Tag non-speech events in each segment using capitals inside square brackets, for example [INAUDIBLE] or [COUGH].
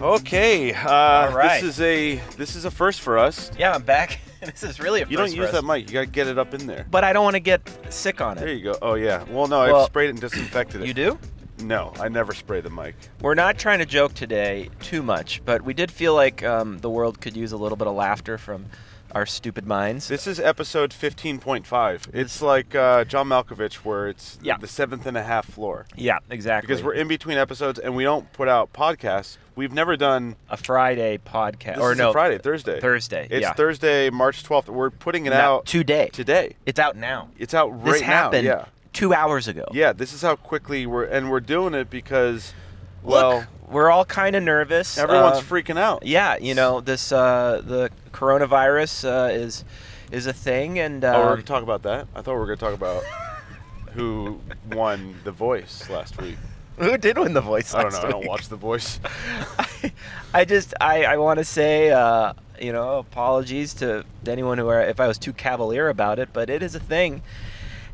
Okay, uh, right. this is a this is a first for us. Yeah, I'm back. [LAUGHS] this is really a You first don't for use us. that mic. You gotta get it up in there. But I don't want to get sick on There it. you go. Oh yeah. Well, no, I Well, sprayed it and disinfected it. You do? No, I never spray the mic. We're not trying to joke today too much, but we did feel like um, the world could use a little bit of laughter from our stupid minds. This is episode 15.5. It's like uh, John Malkovich, where it's Yeah. the seventh and a half floor. yeah, exactly. Because we're in between episodes and we don't put out podcasts. We've never done a Friday podcast, this or is a no, Friday, Thursday. Thursday. It's yeah. Thursday, March 12th. We're putting it Not out today. today. It's out now. It's out right this happened now. Yeah. two hours ago. Yeah, this is how quickly we're and we're doing it because Look, well, we're all kind of nervous. everyone's uh, freaking out. Yeah, you know this. Uh, the coronavirus uh, is is a thing, and Oh, we're uh, gonna talk about that. I thought we were gonna talk about who won The Voice last week. who did win the voice? I don't know. last I don't week? watch The Voice. I [LAUGHS] just I, I want to say uh, you know apologies to anyone who are if I was too cavalier about it, but it is a thing,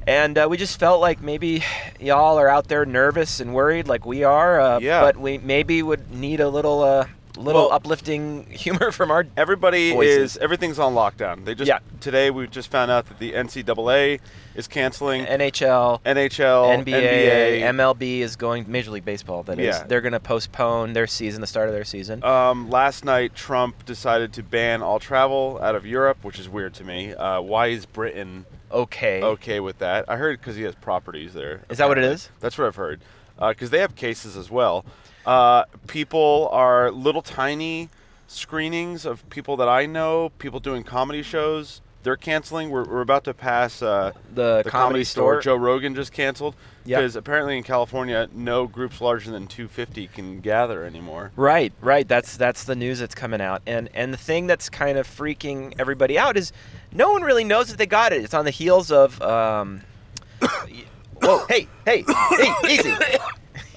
and uh, we just felt like maybe y'all are out there nervous and worried like we are. Uh, Yeah. But we maybe would need a little uh, little Well- uplifting humor [LAUGHS] from our. Everybody is Voices. everything's on lockdown. They just Yeah. today we just found out that the NCAA is canceling NHL, NHL, NBA, MLB is going Major League Baseball. That is. Yeah. they're going to postpone their season, the start of their season. Um, last night, Trump decided to ban all travel out of Europe, which is weird to me. Uh, why is Britain okay. okay with that? I heard because he has properties there. Is that what it apparently. is? That's what I've heard. Because they have cases as well. Uh, people are little tiny screenings of people that I know, people doing comedy shows. They're canceling. We're, we're about to pass uh, The, the comedy, store. Joe Rogan just canceled Yeah. because apparently in California, no groups larger than 250 can gather anymore. Right, right. That's that's the news that's coming out, and and the thing that's kind of freaking everybody out is no one really knows that they got it. It's on the heels of. Um, [COUGHS] whoa! Hey, hey, [COUGHS] hey! Easy.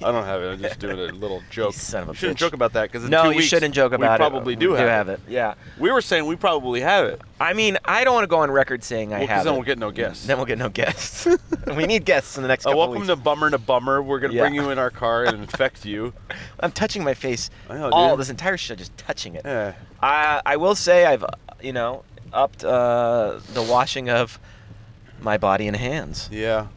I don't have it. I'm just doing a [LAUGHS] little joke. son of a You shouldn't bitch. joke about that because No, you shouldn't joke about We it. probably do, we have, have it. it. Yeah. We were saying we probably have it. I mean, I don't want to go on record saying I Well, 'cause have then it. we'll get no guests. Then we'll get [LAUGHS] no guests. we need guests in the next Uh, couple welcome weeks. to Bummer to Bummer. We're gonna bring Yeah. you in our car and infect you. I'm touching my face. I know, all dude. this entire show, just touching it. Yeah. I I will say I've uh, you know upped uh, the washing of my body and hands. Yeah.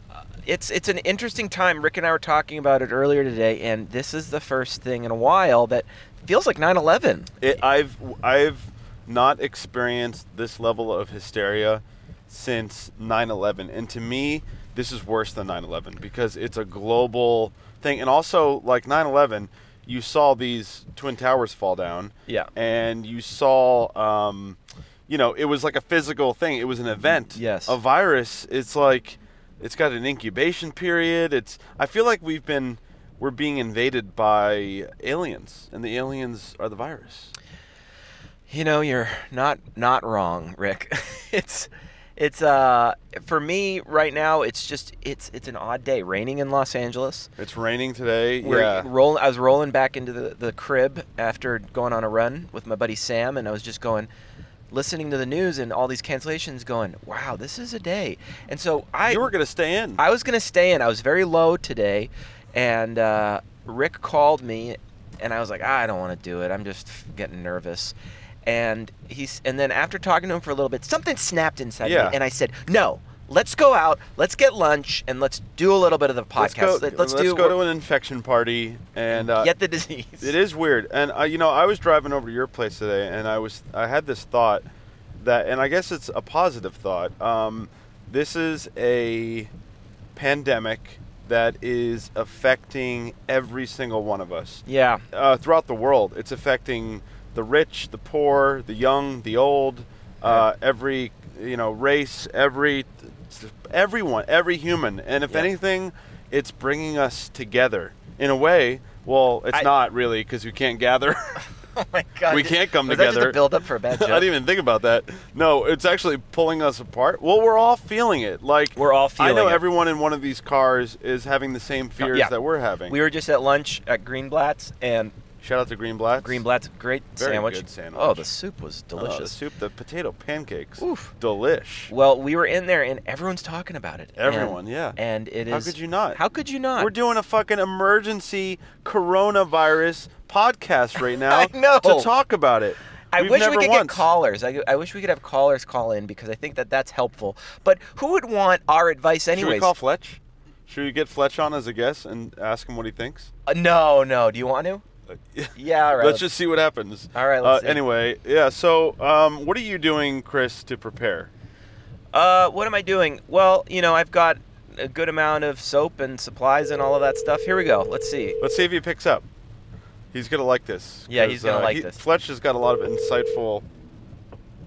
it's it's an interesting time. Rick and I were talking about it earlier today, and this is the first thing in a while that feels like 9/11. It, I've I've not experienced this level of hysteria since 9/11, and to me, this is worse than 9/11 because it's a global thing, and also like 9/11, you saw these twin towers fall down, Yeah. and you saw. Um, you know, it was like a physical thing. It was an event. Yes. A virus. It's like, it's got an incubation period. It's. I feel like we've been, we're being invaded by aliens, and the aliens are the virus. You know, you're not not wrong, Rick. [LAUGHS] it's it's uh for me right now. It's just it's it's an odd day. Raining in Los Angeles. It's raining today. We're yeah. roll- I was rolling back into the, the crib after going on a run with my buddy Sam, and I was just going, listening to the news and all these cancellations, going, wow, this is a day. And so I you were gonna stay in. I was gonna stay in. I was very low today, and uh, Rick called me, and I was like, "Ah, I don't want to do it. I'm just getting nervous. And he's and then after talking to him for a little bit, something snapped inside Yeah. me, and I said, "No, let's go out. Let's get lunch, and let's do a little bit of the let's podcast. go. Let- do go to an infection party and uh, get the disease." It is weird, and uh, you know, I was driving over to your place today, and I was I had this thought that, and I guess it's a positive thought. Um, this is a pandemic that is affecting every single one of us Yeah, uh, throughout the world. It's affecting the rich, the poor, the young, the old, uh, every you know race, every everyone, every human. And if Yeah. anything, it's bringing us together in a way. Well, it's I- not really because we can't gather. [LAUGHS] oh my god, We can't come was That just together. a build up for I a [LAUGHS] bad joke. didn't even think about that. No, it's actually pulling us apart. Well, we're all feeling it. Like We're all I know feeling it. everyone in one of these cars is having the same fears yeah. that we're having. we were just at lunch at Greenblatt's, and Shout out to Greenblatt. Greenblatt's great Very sandwich. good sandwich. Oh, the soup was delicious. Oh, the soup, the potato pancakes. Oof. Delish. Well, we were in there, and everyone's talking about it. Everyone, and, yeah. And it is. How could you not? How could you not? We're doing a fucking emergency coronavirus podcast right now [LAUGHS] I know. to talk about it. I We've wish never we could once. get callers. I, I wish we could have callers call in because I think that that's helpful. But who would want our advice Should anyways? we call Fletch? Should we get Fletch on as a guest and ask him what he thinks? Uh, no, no. Do you [LAUGHS] want to? Yeah. All right. Let's just see what happens. All right, let's uh, see. Anyway, yeah. So, um, what are you doing, Chris, to prepare? Uh, what am I doing? Well, you know, I've got a good amount of soap and supplies and all of that stuff. Here we go. Let's see. Let's see if he picks up. He's gonna like this. Yeah, he's 'cause, gonna uh, like he- this. Fletch has got a lot of insightful.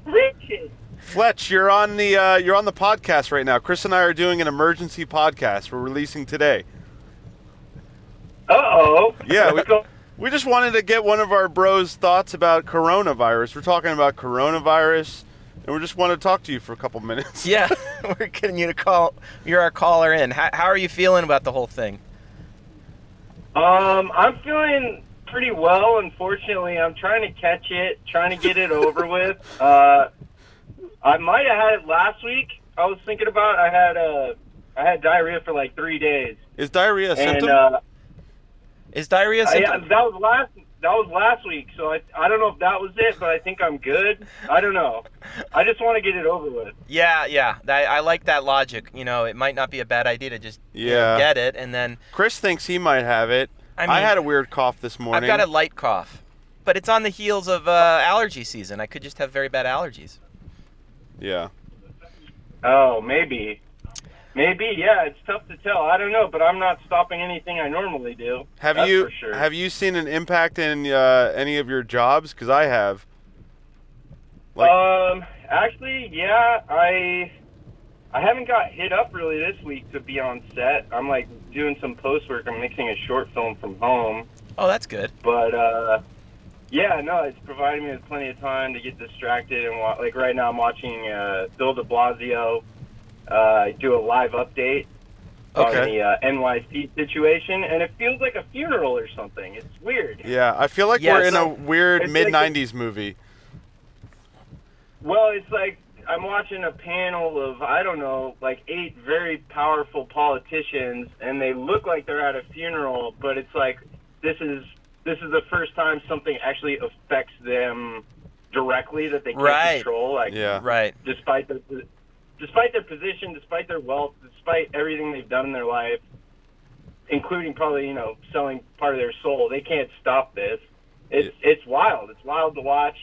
Richard. Fletch, you're on the uh, you're on the podcast right now. Chris and I are doing an emergency podcast. We're releasing today. Uh oh. Yeah, we, we just wanted to get one of our bros' thoughts about coronavirus. We're talking about coronavirus, and we just want to talk to you for a couple minutes. Yeah, [LAUGHS] we're getting you to call. You're our caller in. How, how are you feeling about the whole thing? um, I'm feeling pretty well. Unfortunately, I'm trying to catch it, trying to get [LAUGHS] it over with. Uh, I might have had it last week. I was thinking about. I had uh, I had diarrhea for like three days, Is diarrhea a and symptom? uh, Is diarrhea? I, symptom- Uh, that was last. That was last week, so I, I don't know if that was it, but I think I'm good. I don't know. I just want to get it over with. Yeah, yeah. That, I like that logic. You know, it might not be a bad idea to just you Yeah. know, get it, and then Chris thinks he might have it. I I, mean- had a weird cough this morning. I've got a light cough, but it's on the heels of uh, allergy season. I could just have very bad allergies. yeah. Oh, maybe, maybe. Yeah, it's tough to tell. I don't know, but I'm not stopping anything I normally do. Have That's you For sure. have you seen an impact in uh, any of your jobs? Because I have. Like- um, actually, yeah, I I haven't got hit up really this week to be on set. I'm like doing some post work. I'm mixing a short film from home, Oh, that's good. but uh, yeah, no, it's providing me with plenty of time to get distracted and wa- like right now I'm watching uh, Bill De Blasio uh, do a live update. On Okay. the uh, NYC situation, and it feels like a funeral or something. It's weird. Yeah, I feel like Yeah, we're in a so- weird it's like mid a- '90s movie. Well, it's like I'm watching a panel of I don't know, like eight very powerful politicians, and they look like they're at a funeral, but it's like this is this is the first time something actually affects them directly that they can't Right. control. Like, Yeah. Right. despite their despite their position, despite their wealth, despite everything they've done in their life, including probably you know selling part of their soul, they can't stop this. It's it's wild. It's wild to watch.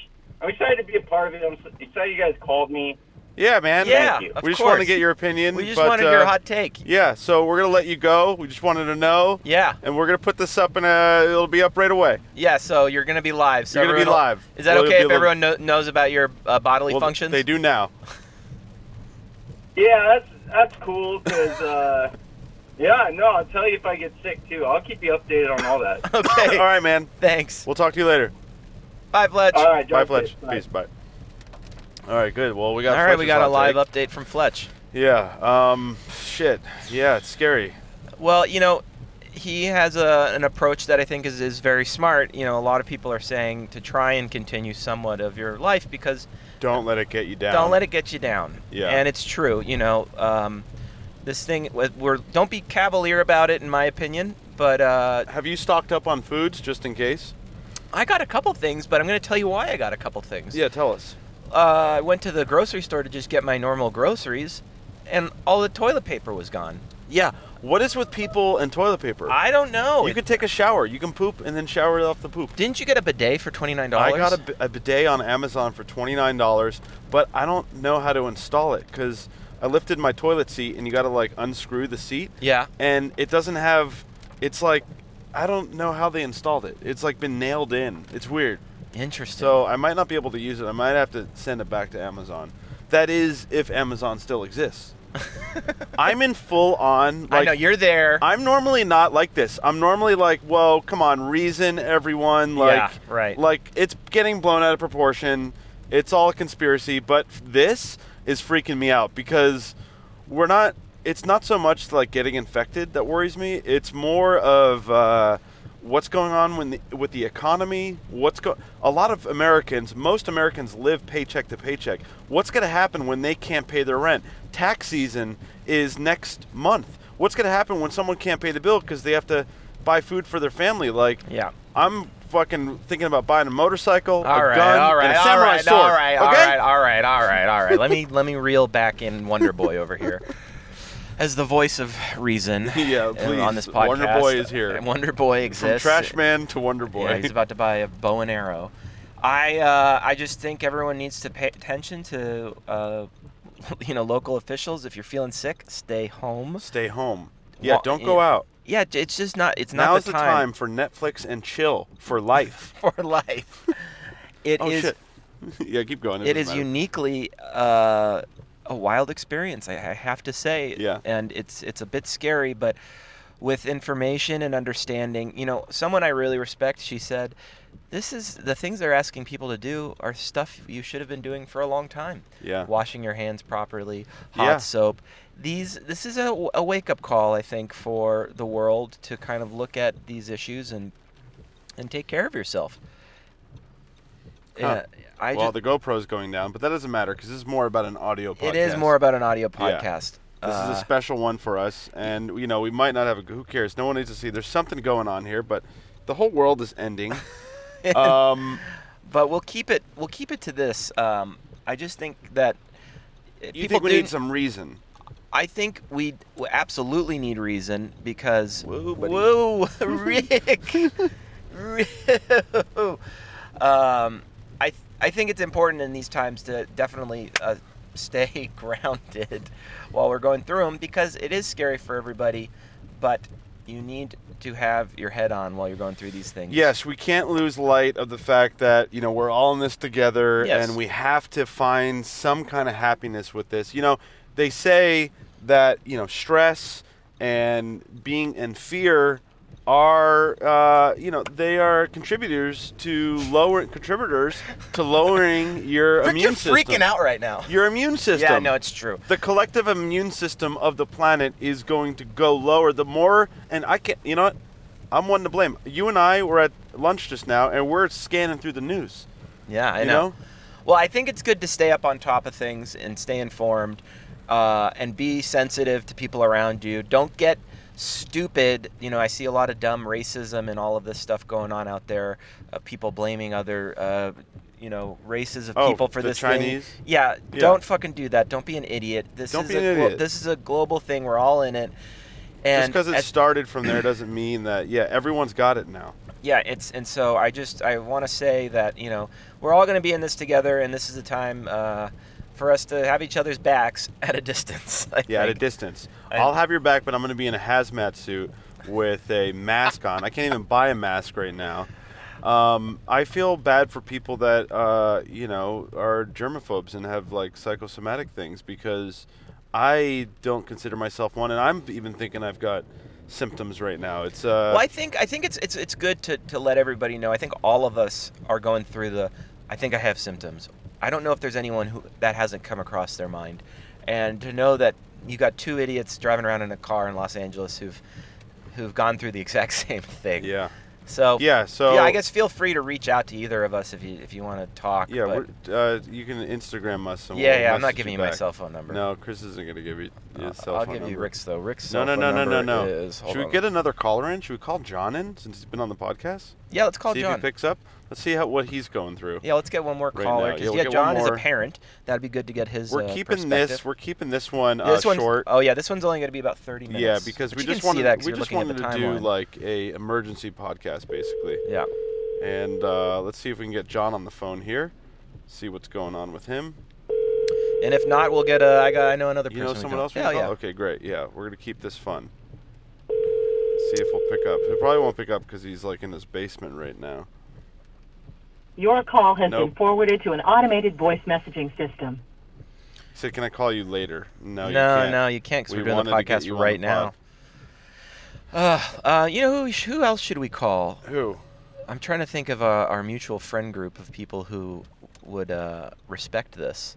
I'm excited to be a part of it. I'm s- excited you guys called me. Yeah, man. Yeah, you. of we just course. want to get your opinion. We just but, want to hear a uh, hot take. Yeah, so we're gonna let you go. We just wanted to know, Yeah, and we're gonna put this up and uh, it'll be up right away. yeah. So you're gonna be live. So You're gonna be everyone- live. Is that Well, you'll okay if be able- everyone kno- knows about your uh, bodily Well, functions? They do now. Yeah, that's that's cool because. Uh, [LAUGHS] Yeah, no, I'll tell you if I get sick too. I'll keep you updated on all [LAUGHS] that. All [LAUGHS] Okay. right, man. Thanks. We'll talk to you later. Bye, Fletch. All right, Bye, drive Fletch. safe. Bye. Peace. Bye. All right, good. Well, we All got. right, we Fletch's got a hot live take. update from Fletch. Yeah. Um. Shit. Yeah, it's scary. Well, you know, he has a, an approach that I think is, is very smart. You know, a lot of people are saying to try and continue somewhat of your life because Don't let it get you down. don't let it get you down. Yeah. And it's true. You know, um, this thing, we- we're, don't be cavalier about it, in my opinion. But uh, Have you stocked up on foods just in case? I got a couple things, but I'm going to tell you why I got a couple things. Yeah, tell us. Uh, I went to the grocery store to just get my normal groceries, and all the toilet paper was gone. Yeah. What is with people and toilet paper? I don't know. Oh, you could take a shower. You can poop and then shower off the poop. Didn't you get a bidet for $29? I got a, b- a bidet on Amazon for twenty nine dollars, but I don't know how to install it because I lifted my toilet seat and you got to like unscrew the seat, Yeah. and it doesn't have. It's like I don't know how they installed it. It's like been nailed in. It's weird. Interesting. So I might not be able to use it. I might have to send it back to Amazon. That is, if Amazon still exists. I'm in full on. I Like, know you're there. I'm normally not like this. I'm normally like, whoa, come on, reason, everyone. Like, Yeah, right. Like, it's getting blown out of proportion. It's all a conspiracy. But f- this is freaking me out because we're not. It's not so much like getting infected that worries me. It's more of uh, what's going on when the, with the economy what's go a lot of americans most americans live paycheck to paycheck what's going to happen when they can't pay their rent tax season is next month what's going to happen when someone can't pay the bill because they have to buy food for their family like Yeah. i'm fucking thinking about buying a motorcycle All a right, gun all right, and a all samurai right, sword all right, all okay? right, all right, all right, all right. Let me let me reel back in Wonder Boy over here, [LAUGHS] as the voice of [LAUGHS] reason. Yeah, uh, please. On this podcast, Wonder Boy is here. Wonder Boy from exists. trash man to wonder boy Yeah, he's about to buy a bow and arrow. I uh, I just think everyone needs to pay attention to uh, [LAUGHS] you know local officials. If you're feeling sick, stay [LAUGHS] home. stay home yeah Wa- don't go out Yeah, it's just not. It's not Now is the the time for netflix and chill for life for life. [LAUGHS] It Oh is- shit! [LAUGHS] yeah, keep going. it doesn't is matter. uniquely uh, a wild experience. I, I have to say, Yeah. and it's it's a bit scary, but with information and understanding, you know, someone I really respect, she said, "This is the things they're asking people to do are stuff you should have been doing for a long time. Yeah. washing your hands properly, hot Yeah. soap." These this is a, a wake up call, I think, for the world to kind of look at these issues and and take care of yourself. Huh. Yeah, I well, ju- the GoPro's going down, but that doesn't matter because this is more about an audio podcast. it is more about an audio Yeah. podcast. This is a Uh, special one for us, and you know we might not have a. Who cares? No one needs to see. There's something going on here, but the whole world is [LAUGHS] ending. um, but we'll keep it. We'll keep it to this. Um, I just think that uh, you people think we do- need some reason? I think we d- we absolutely need reason because Whoa, buddy. Whoa, [LAUGHS] Rick, Rick. Um, I th- I think it's important in these times to definitely uh, stay [LAUGHS] grounded while we're going through them because it is scary for everybody, but you need to have your head on while you're going through these things. Yes, we can't lose light of the fact that you know we're all in this together, Yes. and we have to find some kind of happiness with this. You know, they say that you know stress and being and fear are uh, you know they are contributors to lower contributors to lowering your Rick, immune [LAUGHS] you're system. freaking out right now. Your immune system. Yeah, no, it's true. the collective immune system of the planet is going to go lower the more and i can't you know what i'm one to blame you and i were at lunch just now and we're scanning through the news Yeah, I you know. know? Well, I think it's good to stay up on top of things and stay informed, uh, and be sensitive to people around you. Don't get stupid. You know, I see a lot of dumb racism and all of this stuff going on out there. Uh, people blaming other, uh, you know, races of Oh, people for the this Chinese? thing. Yeah, Yeah. don't fucking do that. Don't be an idiot. This Don't is be a an glo- idiot. this is a global thing. We're all in it. just And because it as- started from there doesn't mean that yeah everyone's got it now yeah it's and so i just i want to say that you know we're all going to be in this together and this is the time uh, for us to have each other's backs [LAUGHS] at a distance I yeah at a think. distance I- i'll have your back but i'm going to be in a hazmat suit with a mask on i can't [LAUGHS] even buy a mask right now um, I feel bad for people that uh, you know are germaphobes and have like psychosomatic things because I don't consider myself one, and I'm even thinking I've got symptoms right now. It's uh, well i think i think it's it's it's good to to let everybody know i think all of us are going through the i think i have symptoms i don't know if there's anyone who that hasn't come across their mind and to know that you got two idiots driving around in a car in los angeles who've who've gone through the [LAUGHS] exact same thing yeah, so yeah. So yeah, I guess feel free to reach out to either of us if you if you want to talk. yeah. but- We're, uh, you can Instagram us. And yeah, we'll yeah. I'm not message giving you back. my cell phone number. No, Chris isn't gonna give you Uh, his cell I'll phone give you number. Rick's though. Rick's No, cell no, phone no, no, no, number no. is. hold Should we on. get another caller in? Should we call John in since he's been on the podcast? Yeah, let's call see if John. he picks up. Let's see how what he's going through. yeah, let's get one more Right caller. now. 'cause, Yeah, we'll yeah, get one John is a more. parent. That'd be good to get his. We're uh, keeping this. perspective. We're keeping this one Yeah, uh, this one's- short. Oh yeah, this one's only going to be about 30 minutes. yeah, because But we you can just see wanted that 'cause we you're just looking at wanted to the do timeline. like a emergency podcast basically. Yeah. And uh, let's see if we can get John on the phone here. See what's going on with him. And if not, we'll get a. I got. I know another You person. know we someone can- else? we Yeah, can call? yeah. Okay, great. Yeah, we're gonna keep this fun. Let's see if he'll pick up. He probably won't pick up because he's like in his basement right now. Your call has Nope. been forwarded to an automated voice messaging system. He said, "Can I call you later?" No, you No, can't. no, you can't because We we're doing the wanted to get podcast you on the right now. Uh, uh, you know who? we sh- Who else should we call? Who? I'm trying to think of uh, our mutual friend group of people who would uh, respect this.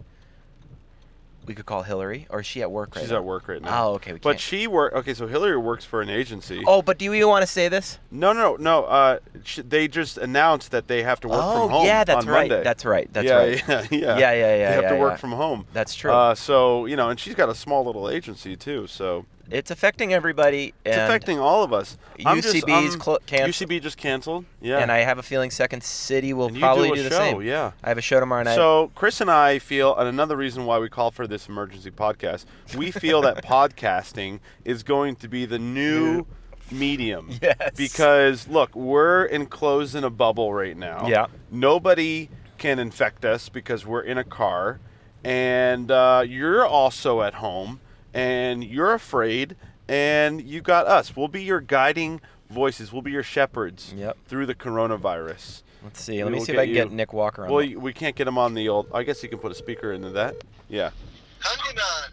we could call Hillary, or is she at work right She's now? at work right now. Oh, okay, we But can't. she work. Okay, so Hillary works for an agency. Oh, but do we want to say this? No, no, no. Uh, sh- they just announced that they have to work oh, from home. yeah, that's on right. Monday. That's right. That's yeah, right. Yeah, yeah, Yeah, yeah, yeah, They have yeah, to work yeah. from home. That's true. Uh, so you know, and she's got a small little agency too. So it's affecting everybody. And, it's affecting all of us. I'm just- um, UCB's I'm- clo- canceled. UCB just canceled. Yeah, and I have a feeling Second City will And you probably do, a the show. same. Yeah. I have a show tomorrow night. So Chris and I feel, and another reason why we call for this emergency podcast, we feel [LAUGHS] that podcasting is going to be the new medium. [LAUGHS] [LAUGHS] Yes. Because look, we're enclosed in a bubble right now. Yeah. Nobody can infect us because we're in a car, and uh, you're also at home, and you're afraid, and you got us. We'll be your guiding voices. We'll be your shepherds Yep. through the coronavirus. Let's see. We Let me will see if get I can get you- Nick Walker on. Well, the- you- we can't get him on the old. I guess you can put a speaker into that. Yeah.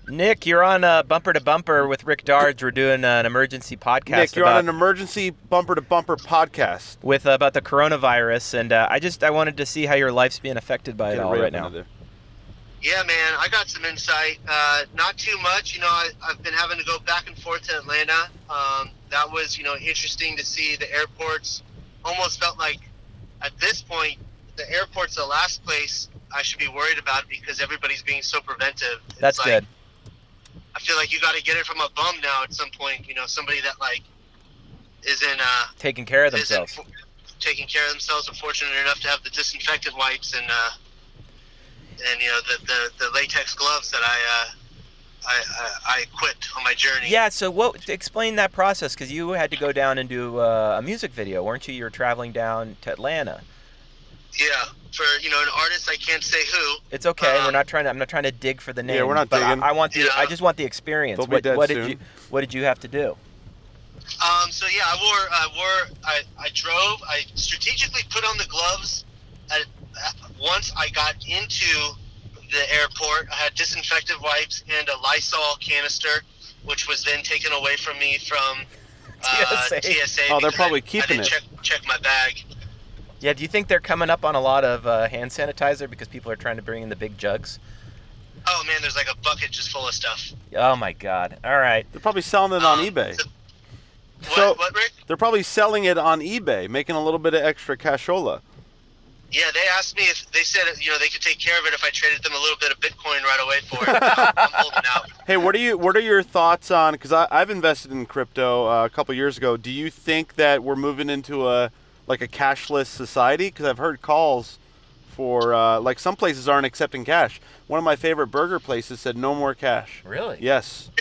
Nick, you're on uh, Bumper to Bumper with Rick Dards. We're doing uh, an emergency podcast Nick, you're about, on an emergency bumper to bumper podcast. with uh, about the coronavirus, and uh, I just I wanted to see how your life's being affected by Get it it all right right up now. into there. Yeah, man, I got some insight. Uh, not too much, you know. I, I've been having to go back and forth to Atlanta. Um, that was, you know, interesting to see the airports. Almost felt like at this point, the airport's the last place I should be worried about because everybody's being so preventive. It's That's like, good. I feel like you got to get it from a bum now at some point. You know, somebody that like isn't uh, Taking care of isn't themselves. for- taking care of themselves and fortunate enough to have the disinfectant wipes and uh, and you know the, the, the latex gloves that I, uh, I I I equipped on my journey. Yeah. So what? Explain that process because you had to go down and do uh, a music video, weren't you? You were traveling down to Atlanta. Yeah. For you know an artist, I can't say who. It's okay. Uh, we're not trying to. I'm not trying to dig for the name. Yeah, we're not but I- digging. I, want the. Yeah. I just want the experience. They'll be what dead what did soon. you What did you have to do? Um. So yeah, I wore I wore I, I drove. I strategically put on the gloves. At, at, once I got into the airport, I had disinfectant wipes and a Lysol canister, which was then taken away from me from uh, TSA. TSA. Oh, they're because probably I, I keeping didn't it. Check, check my bag. Yeah. Do you think they're coming up on a lot of uh, hand sanitizer because people are trying to bring in the big jugs? Oh man, there's like a bucket just full of stuff. Oh my God. All right. They're probably selling it on Um, eBay. so- What, So- what, Rick? They're probably selling it on eBay, making a little bit of extra cashola. Yeah, they asked me if they said you know they could take care of it if I traded them a little bit of Bitcoin right away [LAUGHS] for it. I'm holding out. Hey, what are you? What are your thoughts on? Because I've invested in crypto uh, a couple years ago. Do you think that we're moving into a like a cashless society? Because I've heard calls for uh, like some places aren't accepting cash. One of my favorite burger places said no more cash. Really? Yes.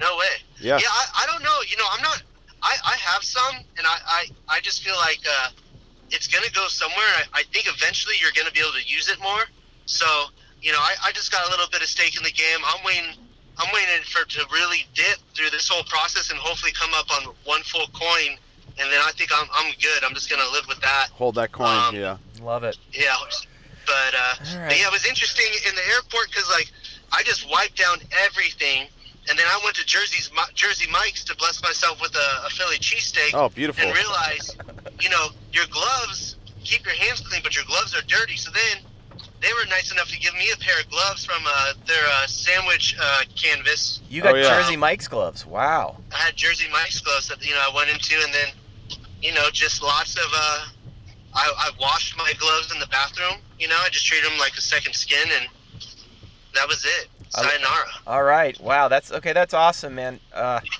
No way. Yeah. Yeah, I, I don't know. You know, I'm not. I, I have some, and I, I, I just feel like uh, it's gonna go somewhere. and I, I think eventually you're gonna be able to use it more. So you know, I, I just got a little bit of stake in the game. I'm waiting. I'm waiting for it to really dip through this whole process and hopefully come up on one full coin, and then I think I'm, I'm good. I'm just gonna live with that. Hold that coin. Um, yeah. Love it. Yeah, but uh, All right. but yeah, it was interesting in the airport because like I just wiped down everything, and then I went to Jersey's Mi- Jersey Mike's to bless myself with a, a Philly cheesesteak Oh, beautiful. and realize, you know, your gloves keep your hands clean, but your gloves are dirty. So then they were nice enough to give me a pair of gloves from uh, their uh, sandwich uh, canvas. You got Oh, yeah. Jersey Mike's gloves. Wow. I had Jersey Mike's gloves that you know I went into, and then you know just lots of. Uh, I, I washed my gloves in the bathroom. You know, I just treated them like a second skin, and that was it. I- Sayonara. All right. Wow. That's okay. That's awesome, man. Uh, [SIGHS]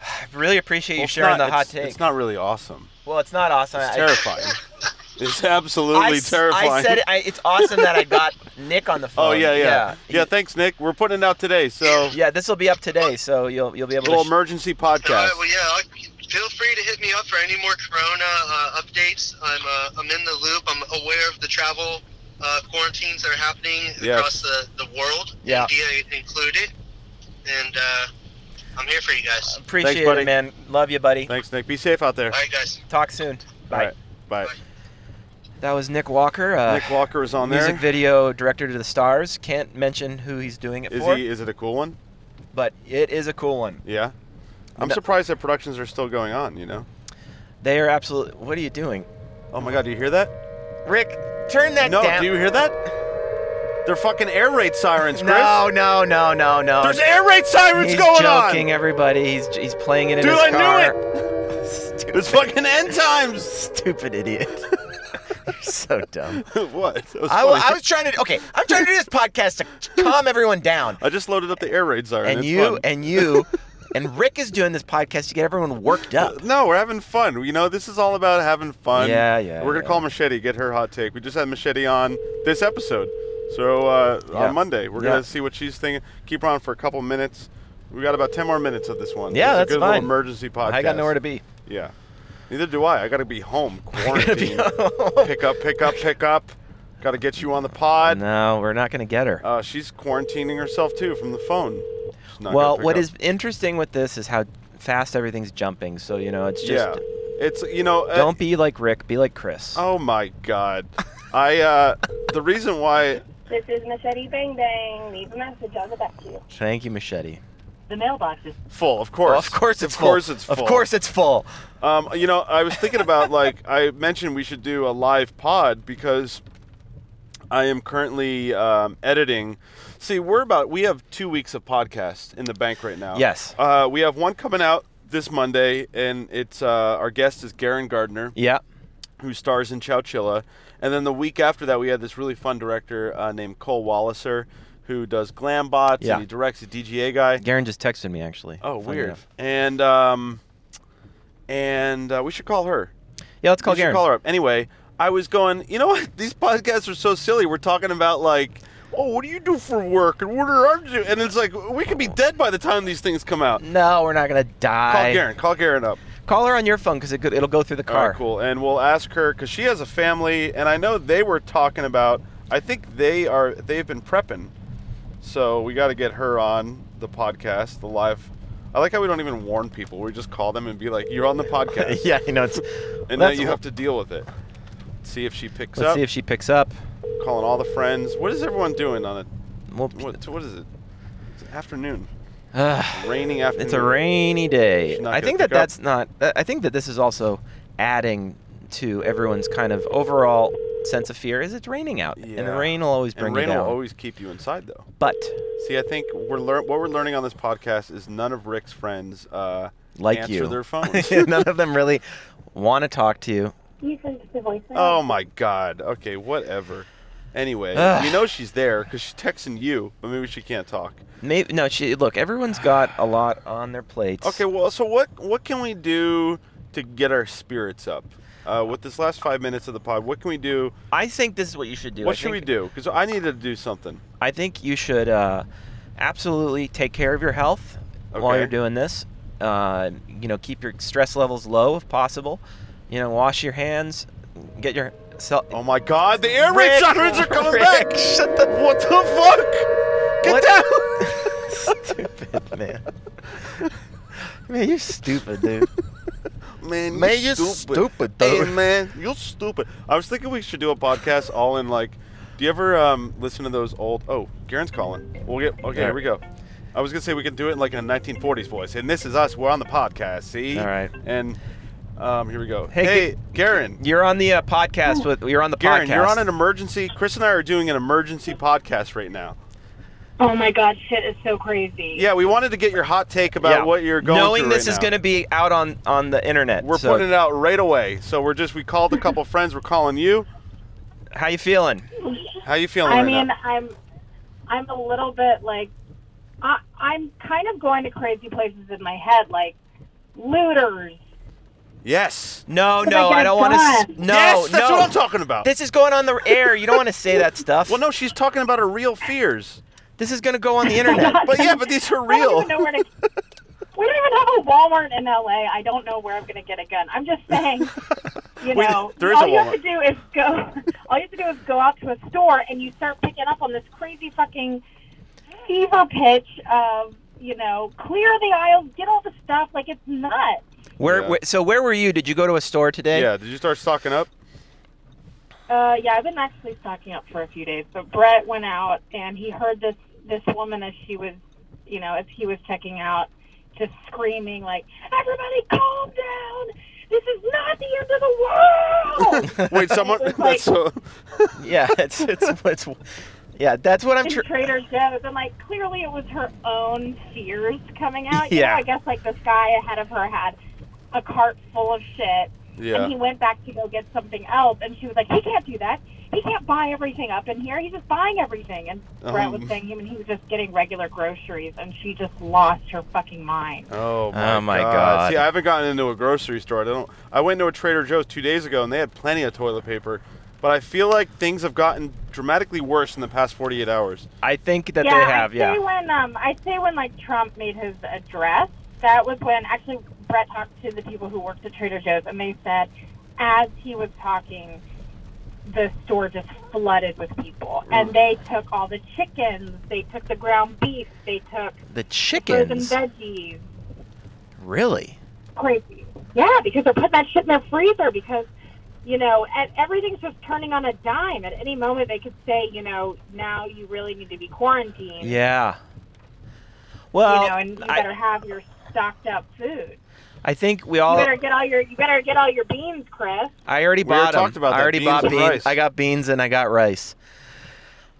I really appreciate Well, you it's sharing not- the hot it's- take. It's not really awesome. well, it's not awesome. It's I- terrifying. [LAUGHS] it's I, absolutely s- terrifying. I said it, I, it's awesome that I got Nick on the [LAUGHS] phone. Oh yeah, yeah, yeah. He- thanks, Nick. We're putting it out today, so Yeah, this will be up today, so you'll you'll be able little to. emergency All right, podcast. well, yeah. I'll, feel free to hit me up for any more Corona uh, updates. I'm uh, I'm in the loop. I'm aware of the travel uh, quarantines that are happening Yes. across the the world, Yeah. India included, and uh, I'm here for you guys. appreciate Thanks, buddy. it, man. Love you, buddy. Thanks, Nick. Be safe out there. Uh, All right, guys. Talk soon. Bye. All right, bye. That was Nick Walker, uh, Nick Walker was on music there. video director to the stars. Can't mention who he's doing it Is for, he? Is it a cool one? but it is a cool one. Yeah. I'm No. surprised that productions are still going on. You know. They are absolutely. What are you doing, Oh my God! Do you hear that? Rick? Turn that no. down. Do you hear that? They're fucking air raid sirens, Chris. No, no, no, no, no. There's air raid sirens He's going joking, on. everybody. He's he's playing it in Dude, his I knew car. [LAUGHS] it. Stupid, It's fucking end times. [LAUGHS] stupid idiot. [LAUGHS] You're so dumb. what? That was I, wa- funny. I was trying to. Okay, I'm trying to do this podcast to calm everyone [LAUGHS] down. I just loaded up the air raid siren. And It's you fun. and [LAUGHS] you and Rick is doing this podcast to get everyone worked up. No, we're having fun. You know, this is all about having fun. Yeah, yeah, We're gonna yeah. call Machete, get her hot take. We just had Machete on this episode, so uh, Yeah. on Monday we're Yeah. gonna see what she's thinking. Keep her on for a couple minutes. We got about ten more minutes of this one. Yeah, It's that's a good little fine. emergency podcast. I got nowhere to be. Yeah. Neither do I. I gotta be home. [LAUGHS] gotta be Quarantine. pick up, pick up, pick up. Gotta get you on the pod. No, we're not gonna get her. Uh, she's quarantining herself too from the phone. She's not gonna well, pick what up. is interesting with this is how fast everything's jumping. So you know, it's just yeah. It's you know. uh, don't be like Rick, be like Chris. Oh my god. I uh the reason why This is Machete Bang Bang. Leave a message. I'll get back to you. Thank you, Machete. The mailbox is full, of course. of course it's of full. course it's full. Of course it's full. Um you know, I was thinking about like I mentioned we should do a live pod because I am currently um, editing. See, we're about we have 2 weeks of podcast in the bank right now. Yes. Uh we have one coming out this Monday and it's uh our guest is Garen Gardner. Yeah. who stars in Chowchilla. And then the week after that, we had this really fun director uh, named Cole Walliser, who does Glam Bots Yeah. and he directs a DGA guy. Garen just texted me actually. Oh, Funny weird. enough. And um, and uh, we should call her. Yeah, let's call we should Garen. call her up. Anyway, I was going. You know what? [LAUGHS] These podcasts are so silly. We're talking about like. Oh, what do you do for work? And what are you? And it's like we could be dead by the time these things come out. No, we're not gonna Call die. Garen. Call Garen up. Call her on your phone because it could, it'll go through the All car. right, cool. And we'll ask her because she has a family, and I know they were talking about. I think they are. They've been prepping, so we got to get her on the podcast, the live. I like how we don't even warn people. We just call them and be like, "You're on the podcast," [LAUGHS] yeah, you know it's. [LAUGHS] and that's- now you have to deal with it. See if she picks Let's up. see if she picks up. calling all the friends. What is everyone doing on it? Well, What, what is it? It's afternoon. ah, Raining afternoon. [SIGHS] it's a rainy day. She's not I gonna think that pick up. that's not. I I think that this is also adding to everyone's kind of overall sense of fear. Is it's raining out, and Yeah. the rain will always And bring you rain will down. always keep you inside, though. but [LAUGHS] See, I think we're lear- what we're learning on this podcast is none of Rick's friends uh, like answer you, their [LAUGHS] phones. none of them really want to talk to you. You sent us the voicemail. [LAUGHS] oh my God. Okay, whatever. Anyway, Ugh. you know she's there because she's texting you, but maybe she can't talk. Maybe no. She look. Everyone's got [SIGHS] a lot on their plates. Okay, well, so what what can we do to get our spirits up uh, with this last five minutes of the pod? What can we do? I think this is what you should do. what I should we think- do? Because I need to do something. I think you should uh, absolutely take care of your health while Okay. you're doing this. Uh, you know, keep your stress levels low if possible. You know, wash your hands. Get your self. Oh my God, the air raid Rick, sirens are coming Rick, back. shut the- What the fuck? Get down. What- [LAUGHS] stupid man. Man, you're stupid, dude. Man, Man, you're stupid, dude. Hey, man, you're stupid. I was thinking we should do a podcast all in like. Do you ever um, listen to those old? Oh, Garen's calling. We'll get. Okay, here we go. I was gonna say we can do it in like in a 1940s voice, and this is us. We're on the podcast. See. All right. And um, here we go. Hey, Hey, hey Ga- Garen. You're on the uh, podcast with. You're on the Garen, podcast. you're on an emergency. Chris and I are doing an emergency podcast right now. Oh my God, shit is so crazy. Yeah, we wanted to get your hot take about Yeah. what you're going Knowing through this right is now. going to be out on on the internet. We're so putting it out right away. So we're just we called a couple friends. We're calling you. How you feeling? How you feeling I right mean, now? I'm, I'm a little bit like, I, I'm kind of going to crazy places in my head, like looters. Yes. No, But no, I I don't want to. got No, yes, that's no. what I'm talking about. This is going on the air. You don't want to [LAUGHS] say that stuff. well, no, she's talking about her real fears. This is going to go on [LAUGHS] the internet. But yeah, but these are [LAUGHS] I don't real. even [LAUGHS] know where to. we don't even have a Walmart in LA. I don't know where I'm going to get a gun. I'm just [LAUGHS] saying, you We- know, there is all a you have to Walmart. do is go. [LAUGHS] All you have to do is go out to a store and you start picking up on this crazy fucking fever pitch of you know, clear the aisles, get all the stuff. Like it's nuts. Where, Yeah. where- So where were you? Did you go to a store today? [LAUGHS] Yeah, did you start stocking up? Uh, yeah, I've been actually stocking up for a few days, but Brett went out and he heard this this woman as she was, you know, as he was checking out, just screaming like, "Everybody, calm down! This is not the end of the world!" [LAUGHS] Wait, someone. It's like- that's so, Yeah. It's it's it's. Yeah, that's what [LAUGHS] I'm. in Tr- Trader Joe's, and like clearly it was her own fears coming out. You Yeah. know, I guess like this guy ahead of her had a cart full of shit, Yeah. and he went back to go get something else, and she was like, "He can't do that. He can't buy everything up in here. He's just buying everything." And Brett was Um. saying him, and he was just getting regular groceries, and she just lost her fucking mind. Oh my, Oh my God. See, I haven't gotten into a grocery store. I don't. I went into a Trader Joe's two days ago, and they had plenty of toilet paper. But I feel like things have gotten dramatically worse in the past 48 hours. I think that yeah, they have. I'd Yeah. Say when, um, I'd say when like Trump made his address, that was when actually Brett talked to the people who worked at Trader Joe's, and they said as he was talking, the store just flooded with people, and they took all the chickens, they took the ground beef, they took The frozen chickens. veggies. Really? Crazy. Yeah, because they're putting that shit in their freezer because. You know, and everything's just turning on a dime. At any moment, they could say, you know, now you really need to be quarantined. Yeah. Well, you know, and you I, better have your stocked up food. I think we You all. better get all your you better get all your beans, Chris. I already We already bought 'em. talked about I that, already beans bought and beans. rice. I got beans and I got rice.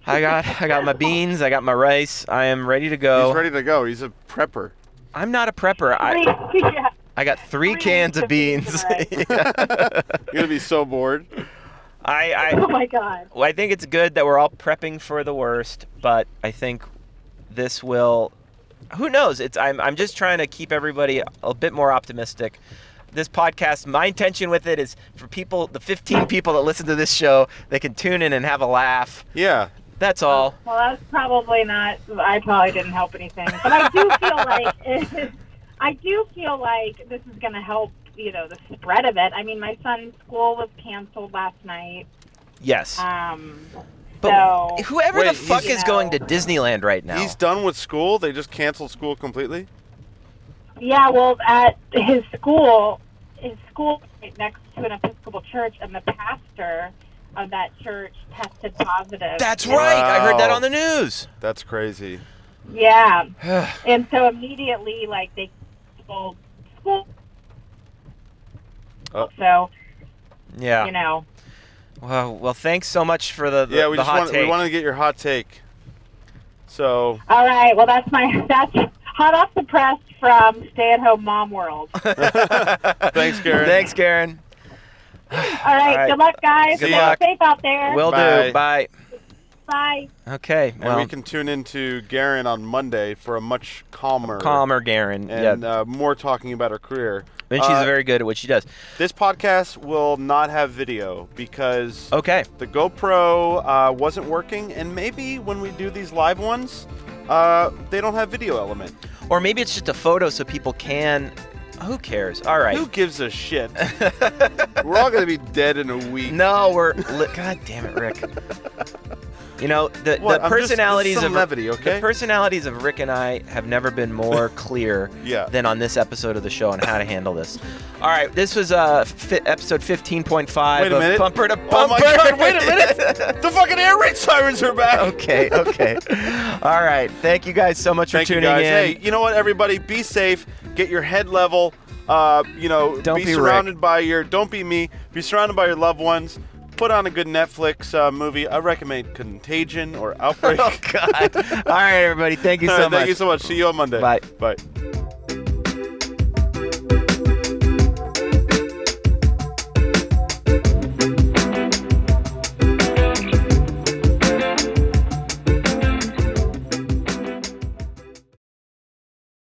I got I [LAUGHS] got my beans. I got my rice. I am ready to go. He's ready to go. He's a prepper. I'm not a prepper. I [LAUGHS] yeah. I got three three cans weeks of of beans beans. [LAUGHS] and You're gonna be so bored. I I Oh my god. Well, I think it's good that we're all prepping for the worst, but I think this will. Who knows? It's I'm I'm just trying to keep everybody a bit more optimistic. This podcast, my intention with it is for people, the 15 people that listen to this show, they can tune in and have a laugh. Yeah. That's all. Well, that's probably not. I probably didn't help anything, but I do feel like [LAUGHS] I do feel like this is going to help. You know, the spread of it. I mean, my son's school was canceled last night. Yes. Um, But so whoever the Wait, fuck he's- is going to Disneyland right now? He's done with school. They just canceled school completely. Yeah, well, at his school, his school right next to an Episcopal church, and the pastor of that church tested positive. That's right. I heard that Wow. on the news. [SIGHS] That's crazy. yeah, and so immediately, like they told school. Oh. So yeah. you know, well, well, thanks so much for the, the, yeah, we the just hot want, take. we wanted to get your hot take. [LAUGHS] So all right. Well, that's my [LAUGHS] that's hot off the press from Stay at Home [LAUGHS] Mom World. All thanks, Karen. Thanks, Karen. right, right. good luck, guys. Good Stay luck. safe out there. Will Bye. do. Bye. Bye. Okay. And Well, we can tune into Garen on Monday for a much calmer, calmer, Garen. and yeah. uh, more talking about her career. And she's uh, very good at what she does. This podcast will not have video because Okay. the GoPro uh, wasn't working, and maybe when we do these live ones, uh, they don't have video element. Or maybe it's just a photo so people can. Who cares? All right. Who gives a shit? [LAUGHS] We're all gonna be dead in a week. No, we're. Li- God damn it, Rick. You know the, What? the I'm just- personalities some of levity, okay? the personalities of Rick and I have never [LAUGHS] been more clear Yeah. than on this episode of the show on how to handle this. All right, this was uh, fi- episode fifteen point five Wait a of minute. Bumper to Bumper. Oh my God, wait [LAUGHS] a minute. The fucking air raid sirens are back. okay, okay. All right. Thank you guys so much Thank for you tuning guys. in. Hey, you know what, everybody? Be safe. Get your head level. Uh, you know, Don't be surrounded by your. Don't be me. Be surrounded by your loved ones. Put on a good Netflix uh, movie. I recommend Contagion or Outbreak. [LAUGHS] Oh [LAUGHS] God! All right, everybody. Thank you All so right, [LAUGHS] much. Thank you so much. See you on Monday. Bye. Bye.